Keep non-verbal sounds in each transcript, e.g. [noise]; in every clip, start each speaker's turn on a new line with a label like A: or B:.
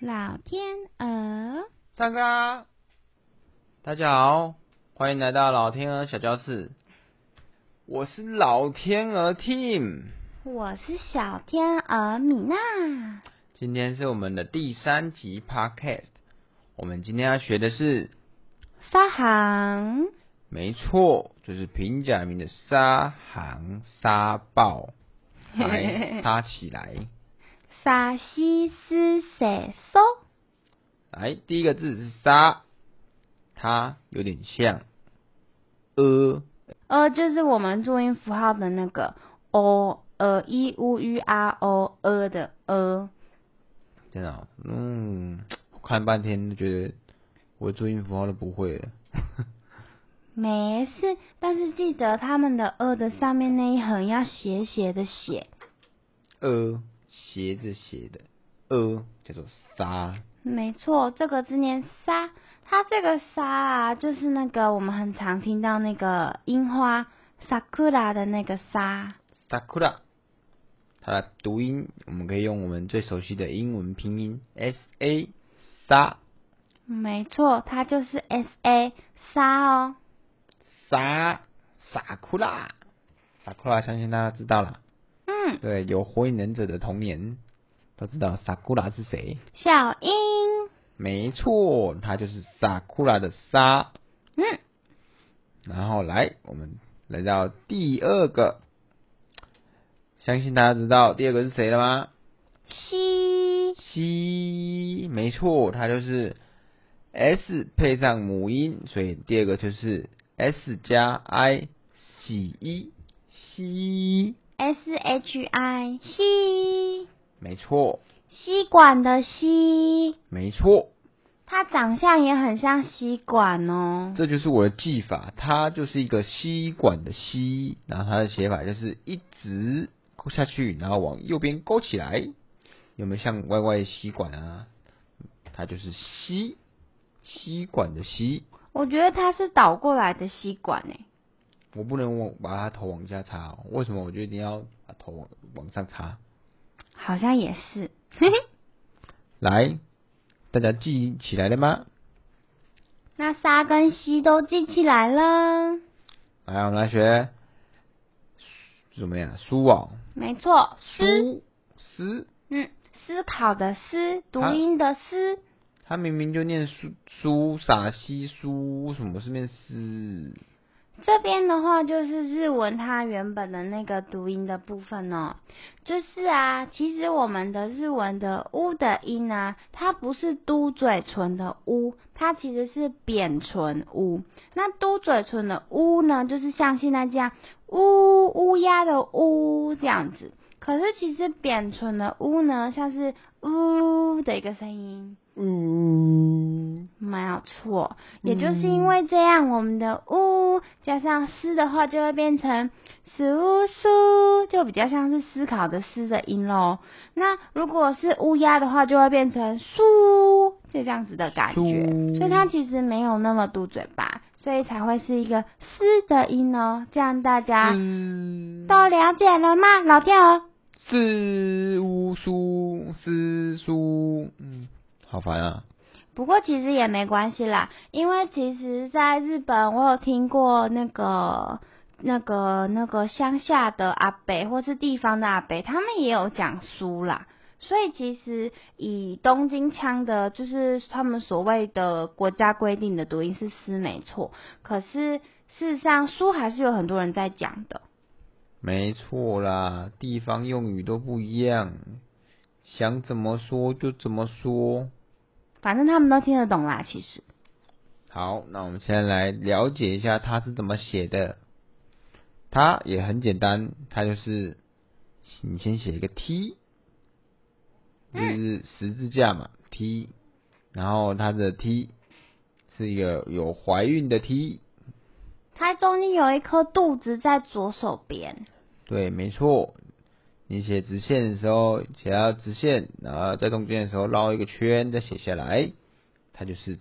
A: 老天鹅，
B: 上课啊！大家好，欢迎来到老天鹅小教室，我是老天鹅 Team，
A: 我是小天鹅米娜。
B: 今天是我们的第三集 Podcast，我们今天要学的是，
A: 发行，
B: 没错，就是平假名的杀行杀爆，来杀起来！
A: 沙西斯塞索，
B: 来，第一个字是杀，它有点像呃，
A: 呃，就是我们注音符号的那个 o 呃 i u u r o 呃的呃，
B: 真的哦、嗯，我看半天就觉得我注音符号都不会了。
A: 没事，但是记得他们的呃的上面那一横要斜斜的写，
B: 呃，斜着写的呃叫做沙，
A: 没错，这个字念沙，它这个沙啊，就是那个我们很常听到那个樱花 sakura 的那个沙，
B: sakura。它的读音我们可以用我们最熟悉的英文拼音 s a 沙
A: 没错，它就是 s a 沙哦。
B: 沙 sakura sakura，相信大家知道了。
A: 嗯，
B: 对，有火影忍者的童年都知道 sakura 是谁。
A: 小樱，
B: 没错，它就是 sakura 的沙。
A: 嗯，
B: 然后来，我们来到第二个，相信大家知道第二个是谁了吗？
A: 西，
B: 西，没错，它就是 S 配上母音，所以第二个就是 S 加 I 洗衣西，
A: s h i 西，
B: 没错，
A: 吸管的吸，
B: 没错，
A: 它长相也很像吸管哦。
B: 这就是我的技法，它就是一个吸管的吸，然后它的写法就是一直勾下去，然后往右边勾起来，有没有像 Y Y 吸管啊？它就是吸吸管的吸，
A: 我觉得它是倒过来的吸管欸诶。
B: 我不能往把它头往下插、哦，为什么？我就一定要把头往往上插。
A: 好像也是。 [laughs]
B: 来，大家记忆起来了吗？
A: 那沙跟西都记起来了，
B: 来，我们来学怎么样？书哦，
A: 没错，思，
B: 书思，
A: 嗯，思考的思，读
B: 它
A: 音的思，
B: 它明明就念书书傻西书，为什么是念思？
A: 这边的话就是日文它原本的那个读音的部分哦，就是啊，其实我们的日文的“乌”的音啊，它不是嘟嘴唇的“乌”，它其实是扁唇“乌”。那嘟嘴唇的“乌”呢，就是像现在这样“乌乌鸦”的“乌”这样子。可是其实扁唇的“乌”呢，像是“呜”的一个声音。
B: 嗯，
A: 没有错，也就是因为这样，我们的乌加上思的话，就会变成思思，就比较像是思考的思的音喽。那如果是乌鸦的话，就会变成苏，就这样子的感觉。
B: 苏
A: 所以它其实没有那么嘟嘴巴，所以才会是一个思的音哦。这样大家
B: 嗯思
A: 都了解了吗？老天鹅，
B: 思乌书思书，嗯，好烦啊！
A: 不过其实也没关系啦，因为其实在日本，我有听过那个、那个、那个乡下的阿北，或是地方的阿北，他们也有讲书啦。所以其实以东京腔的，就是他们所谓的国家规定的读音是“思”没错，可是事实上书还是有很多人在讲的。
B: 没错啦，地方用语都不一样，想怎么说就怎么说。
A: 反正他们都听得懂啦，其实
B: 好，那我们现在来了解一下它是怎么写的。它也很简单，它就是你先写一个 T，就是十字架嘛，T，然后它的 T 是一个有怀孕的 T，
A: 它中间有一颗肚子在左手边，
B: 对，没错。你写直线的时候写到直线，然后在中间的时候绕一个圈，再写下来，它就是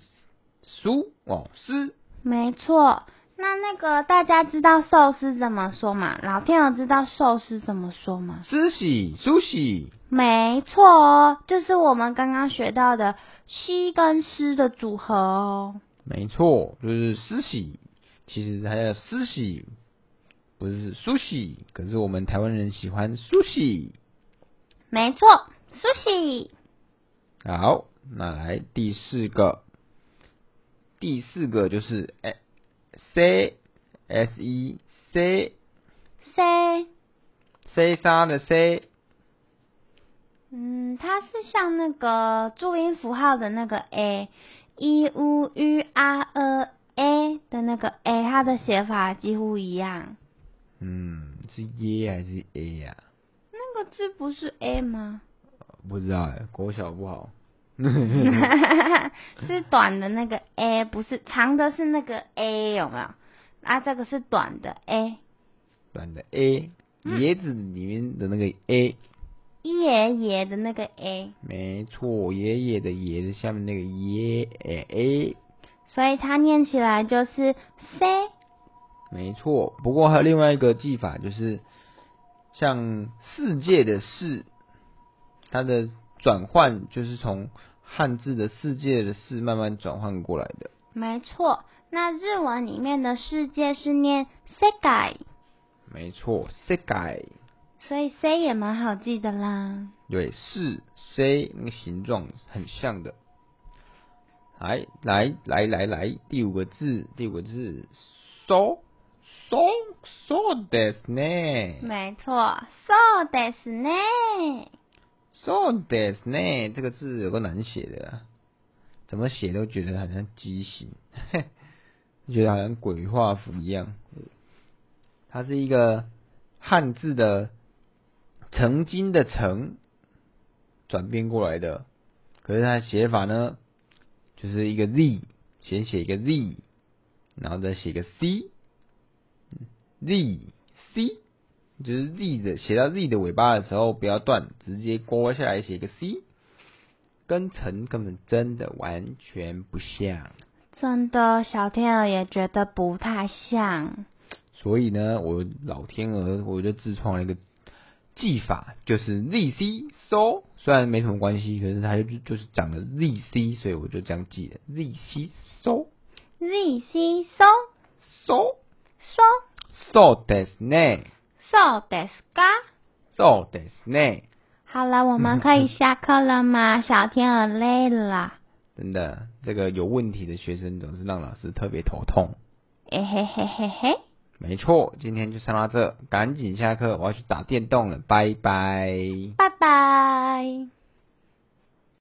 B: 书哦，诗
A: 没错，那那个大家知道寿司怎么说吗？老天鹅知道寿司怎么说吗？
B: 诗喜苏喜，
A: 没错哦，就是我们刚刚学到的西跟湿的组合哦。
B: 没错，就是私喜。其实它叫私喜，不是苏喜。可是我们台湾人喜欢苏喜。
A: 没错，苏喜。
B: 好，那来第四个，第四个就是哎 a c s e c
A: C，
B: c 沙的 c，
A: 嗯，它是像那个注音符号的那个 a i u u r e a 的那个 a，它的写法几乎一样。
B: 嗯，是 y 还是 a 呀、
A: 那个字不是 a 吗？
B: 不知道哎，国小不好。 [laughs]
A: [laughs] 是短的那个 a，不是长的，是那个 a 有没有？啊，这个是短的 a，
B: 短的 a，椰子里面的那个 a，
A: 爷爷的那个 a，
B: 没错，爷爷的爷的下面那个耶哎 a，
A: 所以它念起来就是 c
B: 没错。不过还有另外一个记法，就是像世界的世，它的转换就是从汉字的世界的世慢慢转换过来的。
A: 没错，那日文里面的世界是念 s e g a i
B: 没错，世界
A: 所以 C 也蛮好记的啦。
B: 对是 C 那个形状很像的。来来来来来，第五个字，第五个字，so so so des 呢
A: 没错，so des 呢？
B: ，so des 呢，这个字有个难写的啊，怎么写都觉得好像畸形， [laughs] 觉得好像鬼画符一样。它是一个汉字的曾经的曾转变过来的，可是它的写法呢，就是一个 z，先写一个 z，然后再写一个 c，z c，就是 z 的写到 z 的尾巴的时候不要断，直接勾下来写一个 c，跟曾根本真的完全不像。
A: 真的，小天鹅也觉得不太像。
B: 所以呢，我老天鹅我就自创了一个技法，就是 ZC so，虽然没什么关系，可是它就就是讲了 ZC，所以我就这样记的 ZC so
A: z c so
B: so
A: so
B: so des ne
A: so des ga。
B: so des ne，
A: 好了，我们可以下课了吗？小天鹅累了，
B: 真的，这个有问题的学生总是让老师特别头痛。
A: 诶哎嘿嘿嘿嘿，
B: 没错，今天就上到这，赶紧下课，我要去打电动了，拜拜。
A: 拜拜。